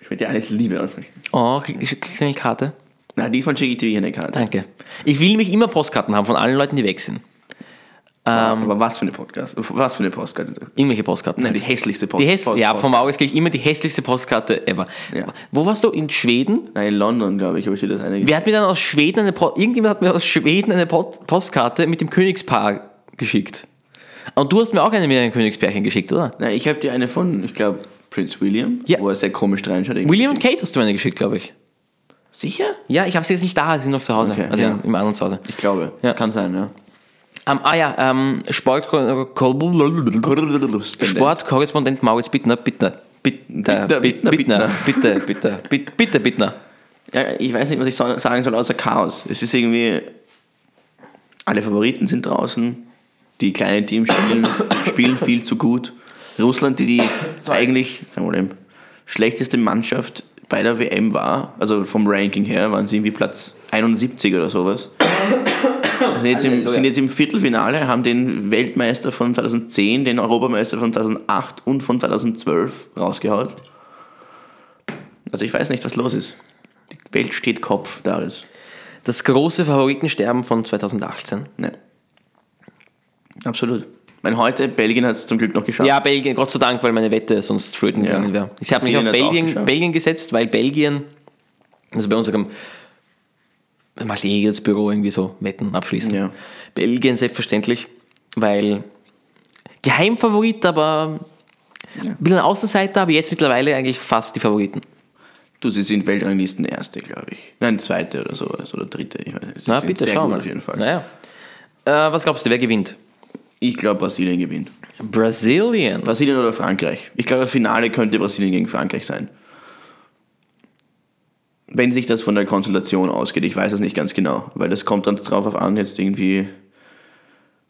S2: Ich werde dir alles Liebe ausrichten.
S1: Oh, krieg- kriegst du eine Karte?
S2: Na, diesmal schicke ich dir hier eine Karte.
S1: Danke. Ich will nämlich immer Postkarten haben von allen Leuten, die weg sind.
S2: Aber was für eine Podcast? Was für eine Postkarte?
S1: Irgendwelche Postkarten.
S2: Nein, die hässlichste Post-
S1: Die häss
S2: Post-
S1: ja,
S2: Post-
S1: vom Auge ist gleich immer die hässlichste Postkarte ever.
S2: Ja.
S1: Wo warst du? In Schweden?
S2: Nein, in London, glaube ich, habe ich dir das eine
S1: Wer hat mir dann aus Schweden eine po Irgendjemand hat mir aus Schweden eine Pod- Postkarte mit dem Königspaar geschickt. Und du hast mir auch eine mit einem Königspärchen geschickt, oder?
S2: Nein, ich habe dir eine von, ich glaube, Prince William,
S1: Ja.
S2: wo er sehr komisch reinschaut. irgendwie.
S1: William und Kate hast du mir eine geschickt, glaube ich.
S2: Sicher?
S1: Ja, ich habe sie jetzt nicht da, sie sind noch zu Hause.
S2: Okay,
S1: also
S2: ja.
S1: in- im anderen zu Hause.
S2: Ich glaube. Das kann sein, ja.
S1: Ähm, ah ja, ähm, Sport Sportkorrespondent Moritz Bittner, bitte. Bittner,
S2: Bittner,
S1: Bittner,
S2: Bittner,
S1: Bittner, bitte, bitte, bitte, bitte, Bittner.
S2: Ja, ich weiß nicht, was ich sa- sagen soll, außer Chaos. Es ist irgendwie. Alle Favoriten sind draußen. Die kleinen Teams spielen, spielen viel zu gut. Russland, die die eigentlich kein Problem, schlechteste Mannschaft bei der WM war, also vom Ranking her, waren sie irgendwie Platz 71 oder sowas. Sind jetzt, im, sind jetzt im Viertelfinale, haben den Weltmeister von 2010, den Europameister von 2008 und von 2012 rausgehaut. Also ich weiß nicht, was los ist. Die Welt steht Kopf, da ist.
S1: Das große Favoritensterben von 2018.
S2: Ne. Absolut. Ich meine, heute, Belgien hat es zum Glück noch geschafft.
S1: Ja, Belgien, Gott sei Dank, weil meine Wette sonst flöten
S2: Ja.
S1: gegangen wäre. Ich habe mich auf
S2: Brasilien hat's auch
S1: Belgien,
S2: geschafft.
S1: Belgien gesetzt, weil Belgien, also bei uns kam mal jedes Büro irgendwie so Wetten abschließen.
S2: Ja.
S1: Belgien selbstverständlich, weil Geheimfavorit, aber ein bisschen Außenseiter, aber jetzt mittlerweile eigentlich fast die Favoriten.
S2: Du, sie sind Weltranglisten Erste, glaube ich. Nein, Zweite oder sowas oder Dritte. Ich weiß, nicht. Sie
S1: Na
S2: sind
S1: bitte,
S2: sehr
S1: schau
S2: gut
S1: mal.
S2: auf jeden Fall.
S1: Naja. Äh, was glaubst du, wer gewinnt?
S2: Ich glaube, Brasilien gewinnt.
S1: Brasilien.
S2: Brasilien oder Frankreich? Ich glaube, das Finale könnte Brasilien gegen Frankreich sein. Wenn sich das von der Konstellation ausgeht, ich weiß es nicht ganz genau, weil das kommt dann darauf an, jetzt irgendwie.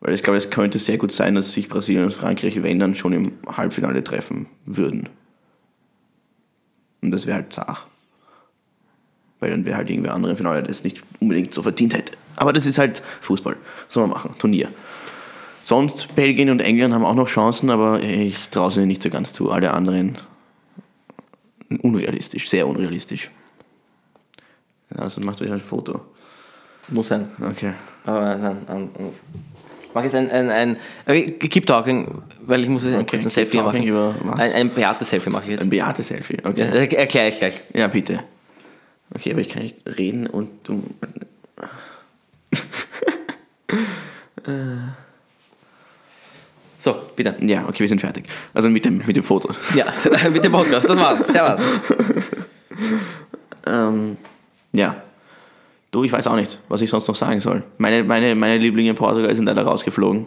S2: Weil ich glaube, es könnte sehr gut sein, dass sich Brasilien und Frankreich, wenn dann, schon im Halbfinale treffen würden. Und das wäre halt zach. Weil dann wäre halt irgendwer andere im Finale, der es nicht unbedingt so verdient hätte. Aber das ist halt Fußball. Soll man machen. Turnier. Sonst, Belgien und England haben auch noch Chancen, aber ich traue sie nicht so ganz zu. Alle anderen unrealistisch, sehr unrealistisch. Also macht euch ein Foto.
S1: Muss sein.
S2: Okay.
S1: Aber äh, nein, nein, nein. ich mache jetzt ein, ein, ein okay, keep talking, weil ich muss jetzt
S2: Okay,
S1: kurz ein
S2: keep
S1: Selfie
S2: talking
S1: machen.
S2: über was?
S1: ein ein bejahrtes Selfie mache ich jetzt.
S2: Ein Beate-Selfie.
S1: Ja,
S2: Okay.
S1: er- Erkläre ich gleich.
S2: Ja. bitte. Okay, aber ich kann nicht reden und du.
S1: So, bitte.
S2: Ja, okay, wir sind fertig. Also mit dem, mit dem Foto.
S1: Ja, mit dem Podcast, das war's. Servus.
S2: Ähm, ja. Du, ich weiß auch nicht, was ich sonst noch sagen soll. Meine, meine, meine Lieblinge in Portugal sind leider rausgeflogen.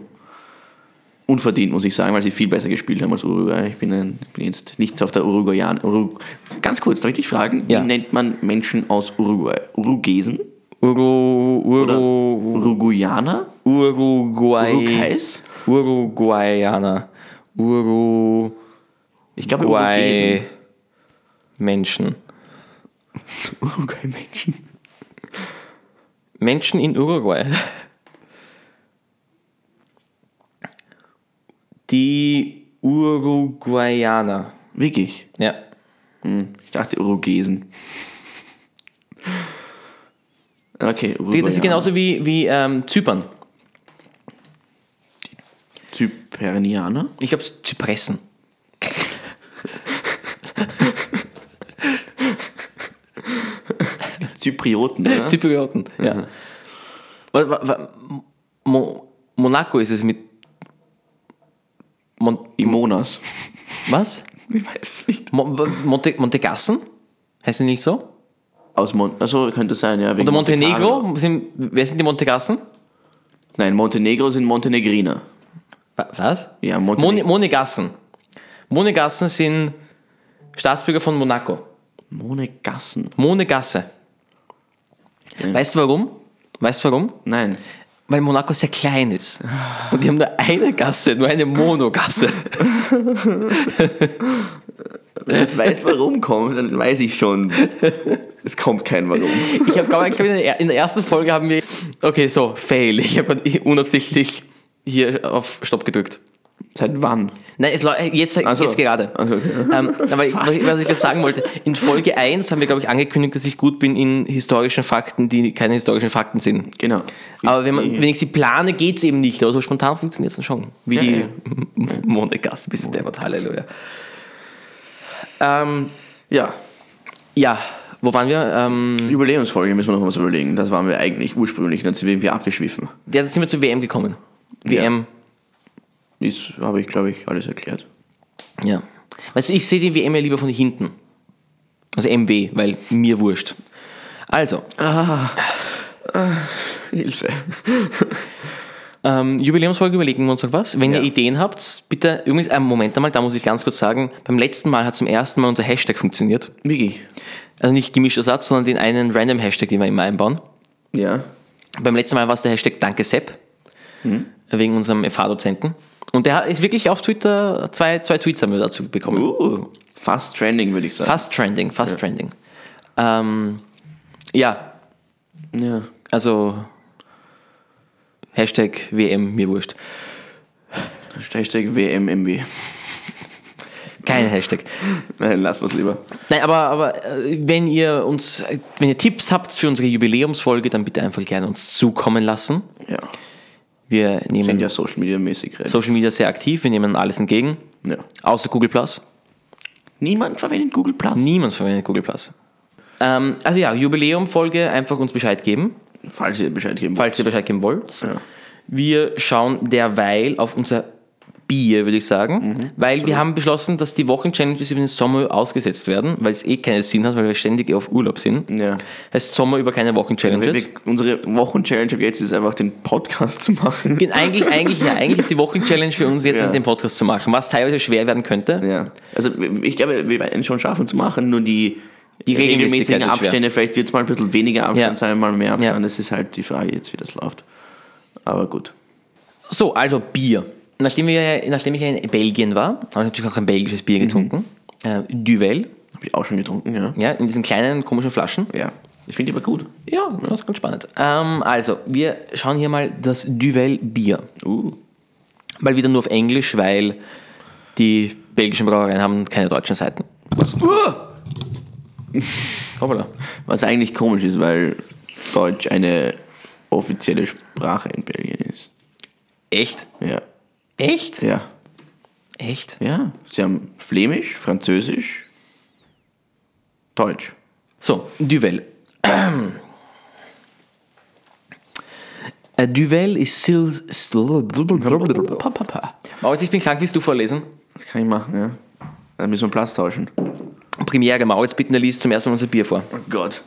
S2: Unverdient, muss ich sagen, weil sie viel besser gespielt haben als Uruguay. Ich bin, ein, ich bin jetzt nichts auf der Uruguayan. Uru Ganz kurz, darf ich dich fragen,
S1: Ja.
S2: wie nennt man Menschen aus Uruguay? Urugesen?
S1: Uru,
S2: Oder
S1: Uru,
S2: Uruguayaner?
S1: Uruguay,
S2: Urukais?
S1: Uruguayaner, Uruguay,
S2: Ich glaube, Urugesen.
S1: Menschen.
S2: Uruguay-Menschen.
S1: Menschen in Uruguay. Die Uruguayaner.
S2: Wirklich?
S1: Ja.
S2: Hm. Ich dachte Urugesen. Okay, Uruguayaner.
S1: Die, das ist genauso wie, wie ähm, Zypern.
S2: Zypernianer?
S1: Ich glaube, Zypressen.
S2: Zyprioten, oder?
S1: Zyprioten, ne? ja. Mhm. Wa- wa- wa- Mo Monaco ist es mit. Mon
S2: Imonas.
S1: was?
S2: Ich weiß nicht.
S1: Mon wa- Monte Montegassen? Heißt es nicht so?
S2: Aus Mon Achso, könnte sein, ja. wegen
S1: Oder
S2: Monte Carlo.
S1: Montenegro? Sind, wer sind die Montegassen?
S2: Nein, Montenegro sind Montenegriner.
S1: Wa- Was?
S2: Ja,
S1: Mone
S2: Montenegro.
S1: Monegassen. Monegassen sind Staatsbürger von Monaco.
S2: Monegassen.
S1: Monegasse.
S2: Ja.
S1: Weißt du warum? Weißt du warum?
S2: Nein.
S1: Weil Monaco sehr klein ist. Und die haben nur eine Gasse, nur eine Monogasse.
S2: Wenn du weißt, warum kommt, dann weiß ich schon. Es kommt kein Warum.
S1: Ich habe, glaube ich, in der- in der ersten Folge haben wir. Okay, so, fail. Ich habe unabsichtlich hier auf Stopp gedrückt.
S2: Seit wann?
S1: Nein, es, lau- äh, jetzt,
S2: so.
S1: jetzt gerade.
S2: Also, okay.
S1: Ähm, aber ich, was ich- was ich jetzt sagen wollte, in Folge 1 haben wir, glaube ich, angekündigt, dass ich gut bin in historischen Fakten, die keine historischen Fakten sind.
S2: Genau.
S1: Aber wenn, man, wenn ich sie plane, geht es eben nicht. Aber so spontan funktioniert es dann schon. Wie
S2: Ja,
S1: die
S2: ja.
S1: Mondegast, bisschen deppert, Halleluja. Ähm,
S2: Ja,
S1: ja, wo waren wir? Ähm,
S2: Jubiläumsfolge müssen wir noch was überlegen. Das waren wir eigentlich ursprünglich, dann sind wir irgendwie abgeschwiffen.
S1: ja, dann sind wir zur WM gekommen. WM,
S2: Das habe ich, glaube ich, alles erklärt.
S1: ja. Weißt du, ich sehe die WM ja lieber von hinten. Also MW, weil mir wurscht. Also,
S2: Hilfe.
S1: Ähm, Jubiläumsfolge überlegen wir uns noch was. Wenn
S2: Ja.
S1: ihr Ideen habt, bitte, übrigens, einen Moment einmal, da muss ich ganz kurz sagen, beim letzten Mal hat zum ersten Mal unser Hashtag funktioniert.
S2: Miki.
S1: Also nicht gemischter Satz, sondern den einen random Hashtag, den wir immer einbauen.
S2: Ja.
S1: Beim letzten Mal war es der Hashtag Danke Sepp,
S2: Hm.
S1: wegen unserem FH-Dozenten. Und der ist wirklich auf Twitter, zwei, zwei Tweets haben wir dazu bekommen.
S2: Uh, fast trending, würde ich sagen.
S1: Fast trending, fast trending. Ähm, ja,
S2: Ja.
S1: also Hashtag WM, mir wurscht.
S2: Hashtag WMMW.
S1: Kein Hashtag.
S2: Nein, lass was lieber.
S1: Nein, aber, aber äh, wenn ihr uns, äh, wenn ihr Tipps habt für unsere Jubiläumsfolge, dann bitte einfach gerne uns zukommen lassen.
S2: Ja.
S1: Wir nehmen
S2: Sind ja Social Media mäßig rein.
S1: Social Media sehr aktiv, wir nehmen alles entgegen.
S2: Ja.
S1: Außer Google Plus.
S2: Niemand verwendet Google Plus.
S1: Niemand verwendet Google Plus. Ähm, also ja, Jubiläumfolge einfach uns Bescheid geben,
S2: Falls ihr Bescheid geben wollt.
S1: falls ihr Bescheid geben wollt.
S2: Ja.
S1: Wir schauen derweil auf unser Bier, würde ich sagen,
S2: Mhm,
S1: weil wir haben beschlossen, dass die Wochenchallenges über den Sommer ausgesetzt werden, weil es eh keinen Sinn hat, weil wir ständig auf Urlaub sind.
S2: Ja.
S1: Heißt Sommer über keine Wochenchallenges.
S2: Mhm. Wir, wir, unsere Wochenchallenge ab jetzt ist einfach den Podcast zu machen.
S1: Gen- Eigentlich, eigentlich, ja, eigentlich ist die Wochenchallenge für uns jetzt
S2: Ja.
S1: den Podcast zu machen, was teilweise schwer werden könnte.
S2: Ja. Also w- ich glaube, wir werden es schon schaffen zu machen, nur die, äh,
S1: Die Regelmäßigkeit ist schwer.
S2: Abstände, vielleicht wird es mal ein bisschen weniger Abstand
S1: Ja.
S2: sein, mal mehr Abstand.
S1: Ja.
S2: Das ist halt die Frage jetzt, wie das läuft. Aber gut.
S1: So, also Bier. Nachdem, wir, nachdem ich ja in Belgien war, habe ich natürlich auch ein belgisches Bier
S2: Mhm.
S1: getrunken. Äh, Duvel,
S2: Habe ich auch schon getrunken, ja.
S1: ja, in diesen kleinen komischen Flaschen.
S2: Ja. Ich finde die aber gut.
S1: Ja, das ist ganz spannend. Ähm, also, wir schauen hier mal das Duvel Bier.
S2: Uh.
S1: Mal wieder nur auf Englisch, weil die belgischen Brauereien haben keine deutschen Seiten. Hoppala.
S2: Was eigentlich komisch ist, weil Deutsch eine offizielle Sprache in Belgien ist.
S1: Echt?
S2: Ja.
S1: Echt?
S2: Ja.
S1: Echt?
S2: Ja. Sie haben Flämisch, Französisch, Deutsch.
S1: So, Duvel. Äh, Duvel ist still. still Maurice, ich bin krank, willst du vorlesen?
S2: Das kann ich machen, ja. Dann müssen wir Platz tauschen.
S1: Premiere, Maurice Bittner liest zum ersten Mal unser Bier vor.
S2: Oh Gott.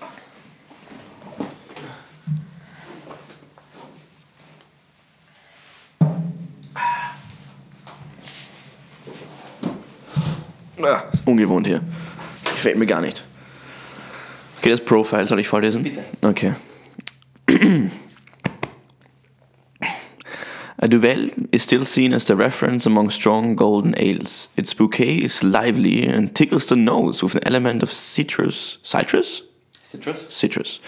S2: Ah, ist ungewohnt hier. Gefällt mir gar nicht. Okay, das Profile soll ich vorlesen? Bitte. Okay. A duvel is still seen as the reference among strong golden ales. Its bouquet is lively and tickles the nose with an element of citrus. Citrus?
S1: Citrus?
S2: citrus,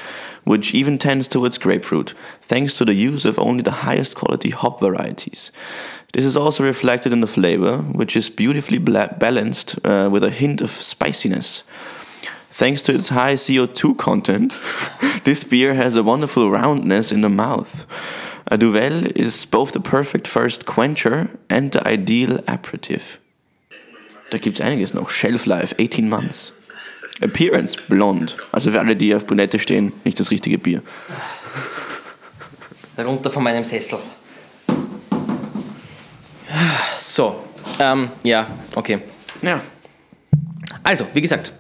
S2: which even tends towards grapefruit, thanks to the use of only the highest quality hop varieties. This is also reflected in the flavor, which is beautifully bla- balanced uh, with a hint of spiciness. Thanks to its high CO2 content, this beer has a wonderful roundness in the mouth. A duvel is both the perfect first quencher and the ideal aperitif. Da gibt's einiges noch. Shelf Life, 18 Months. Appearance, blond. Also für alle, die auf Brunette stehen, nicht das richtige Bier.
S1: Runter von meinem Sessel. So, ähm, ja, okay.
S2: Ja,
S1: Also, wie gesagt,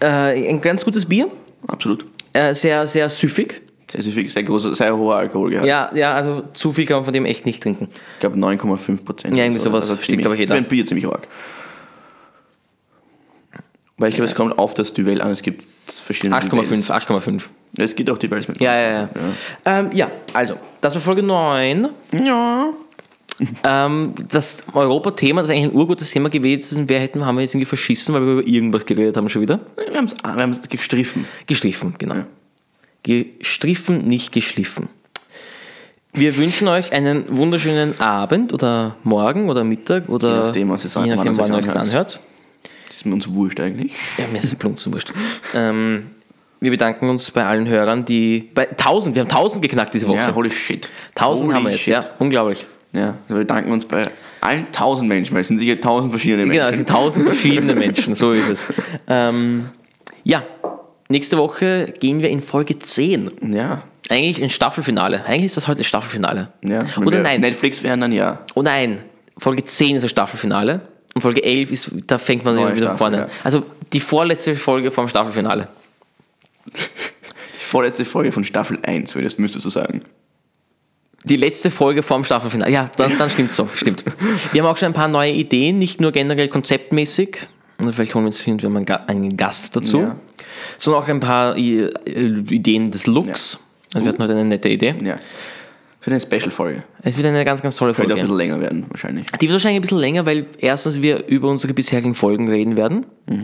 S1: äh, ein ganz gutes Bier,
S2: absolut.
S1: äh, sehr, sehr süffig.
S2: Sehr süffig, sehr, großer, sehr hoher Alkoholgehalt.
S1: Ja, ja, also zu viel kann man von dem echt nicht trinken.
S2: Ich glaube 9,5 Prozent. Also
S1: Ja, irgendwie sowas. Stinkt
S2: ziemlich,
S1: aber jeder.
S2: Für ein Bier ziemlich arg. Weil ich glaube, es kommt auf das Duell an. Es gibt verschiedene
S1: 8,5,
S2: Duvels.
S1: 8,5.
S2: Ja, Es gibt auch Duvels mit.
S1: Ja, ja, ja. Ähm, ja, also, das war Folge 9.
S2: Ja.
S1: Ähm, das Europa-Thema, das ist eigentlich ein urgutes Thema gewesen wäre, hätten, haben wir jetzt irgendwie verschissen, weil wir über irgendwas geredet haben schon wieder.
S2: Wir haben es wir haben's gestriffen.
S1: Gestriffen, genau. Gestriffen, nicht geschliffen. Wir wünschen euch einen wunderschönen Abend oder Morgen oder Mittag oder
S2: Je nachdem, was ihr sagt,
S1: je nachdem,
S2: wann
S1: wann
S2: ihr
S1: ihr
S2: es
S1: euch das anhört.
S2: Das ist mir uns wurscht eigentlich.
S1: Ja, mir ist es blunzenwurscht. ähm, wir bedanken uns bei allen Hörern, die bei 1000, wir haben 1000 geknackt diese Woche.
S2: Ja, holy shit.
S1: 1000
S2: Holy
S1: haben wir jetzt,
S2: shit.
S1: ja, unglaublich.
S2: Ja, also wir bedanken uns bei allen tausend Menschen, weil es sind sicher tausend verschiedene Menschen.
S1: Genau, es sind 1000 verschiedene Menschen, so ist es. Ähm, ja, nächste Woche gehen wir in Folge 10.
S2: Ja,
S1: Eigentlich ein Staffelfinale. Eigentlich ist das heute ein Staffelfinale.
S2: ja. Wenn
S1: Oder
S2: wir
S1: nein,
S2: Netflix wären dann ja.
S1: Oh nein, Folge 10 ist das Staffelfinale und Folge 11 ist, da fängt man
S2: Neue
S1: wieder
S2: Staffel,
S1: vorne
S2: ja.
S1: an. Also die vorletzte Folge vom Staffelfinale.
S2: Die vorletzte Folge von Staffel 1, würdest, müsstest du sagen.
S1: Die letzte Folge vorm Staffelfinale. Ja, dann, dann stimmt's so, stimmt. Wir haben auch schon ein paar neue Ideen, nicht nur generell konzeptmäßig. Und vielleicht holen wir uns irgendwann mal einen Ga- einen Gast dazu.
S2: Ja.
S1: Sondern auch ein paar I- äh, Ideen des Looks. Also wir hatten heute eine nette Idee.
S2: Ja. Für eine Special-Folge.
S1: Es wird eine ganz, ganz tolle
S2: Wird auch ein
S1: Folge.
S2: bisschen länger werden, wahrscheinlich.
S1: Die wird wahrscheinlich ein bisschen länger, weil erstens wir über unsere bisherigen Folgen reden werden.
S2: Wir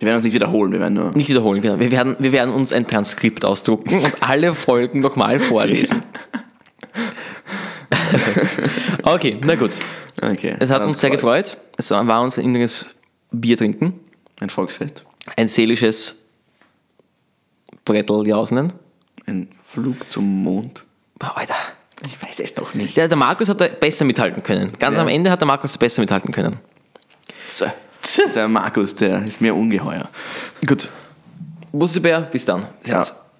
S2: werden uns nicht wiederholen, wir werden nur.
S1: Nicht wiederholen, genau. Wir werden, wir werden uns ein Transkript ausdrucken und alle Folgen nochmal vorlesen. okay, na gut.
S2: Okay.
S1: Es hat uns sehr gefreut. Es war uns ein inneres Bier trinken.
S2: Ein Volksfest.
S1: Ein seelisches Brettel Jausnen.
S2: Ein Flug zum Mond.
S1: Wow, Alter.
S2: Ich weiß es doch nicht.
S1: Der, der Markus hat da besser mithalten können. Ganz
S2: Ja.
S1: am Ende hat der Markus besser mithalten können.
S2: Der Markus, der ist mir ungeheuer.
S1: Gut. Bussi Bär, bis dann.
S2: Ja.
S1: Servus.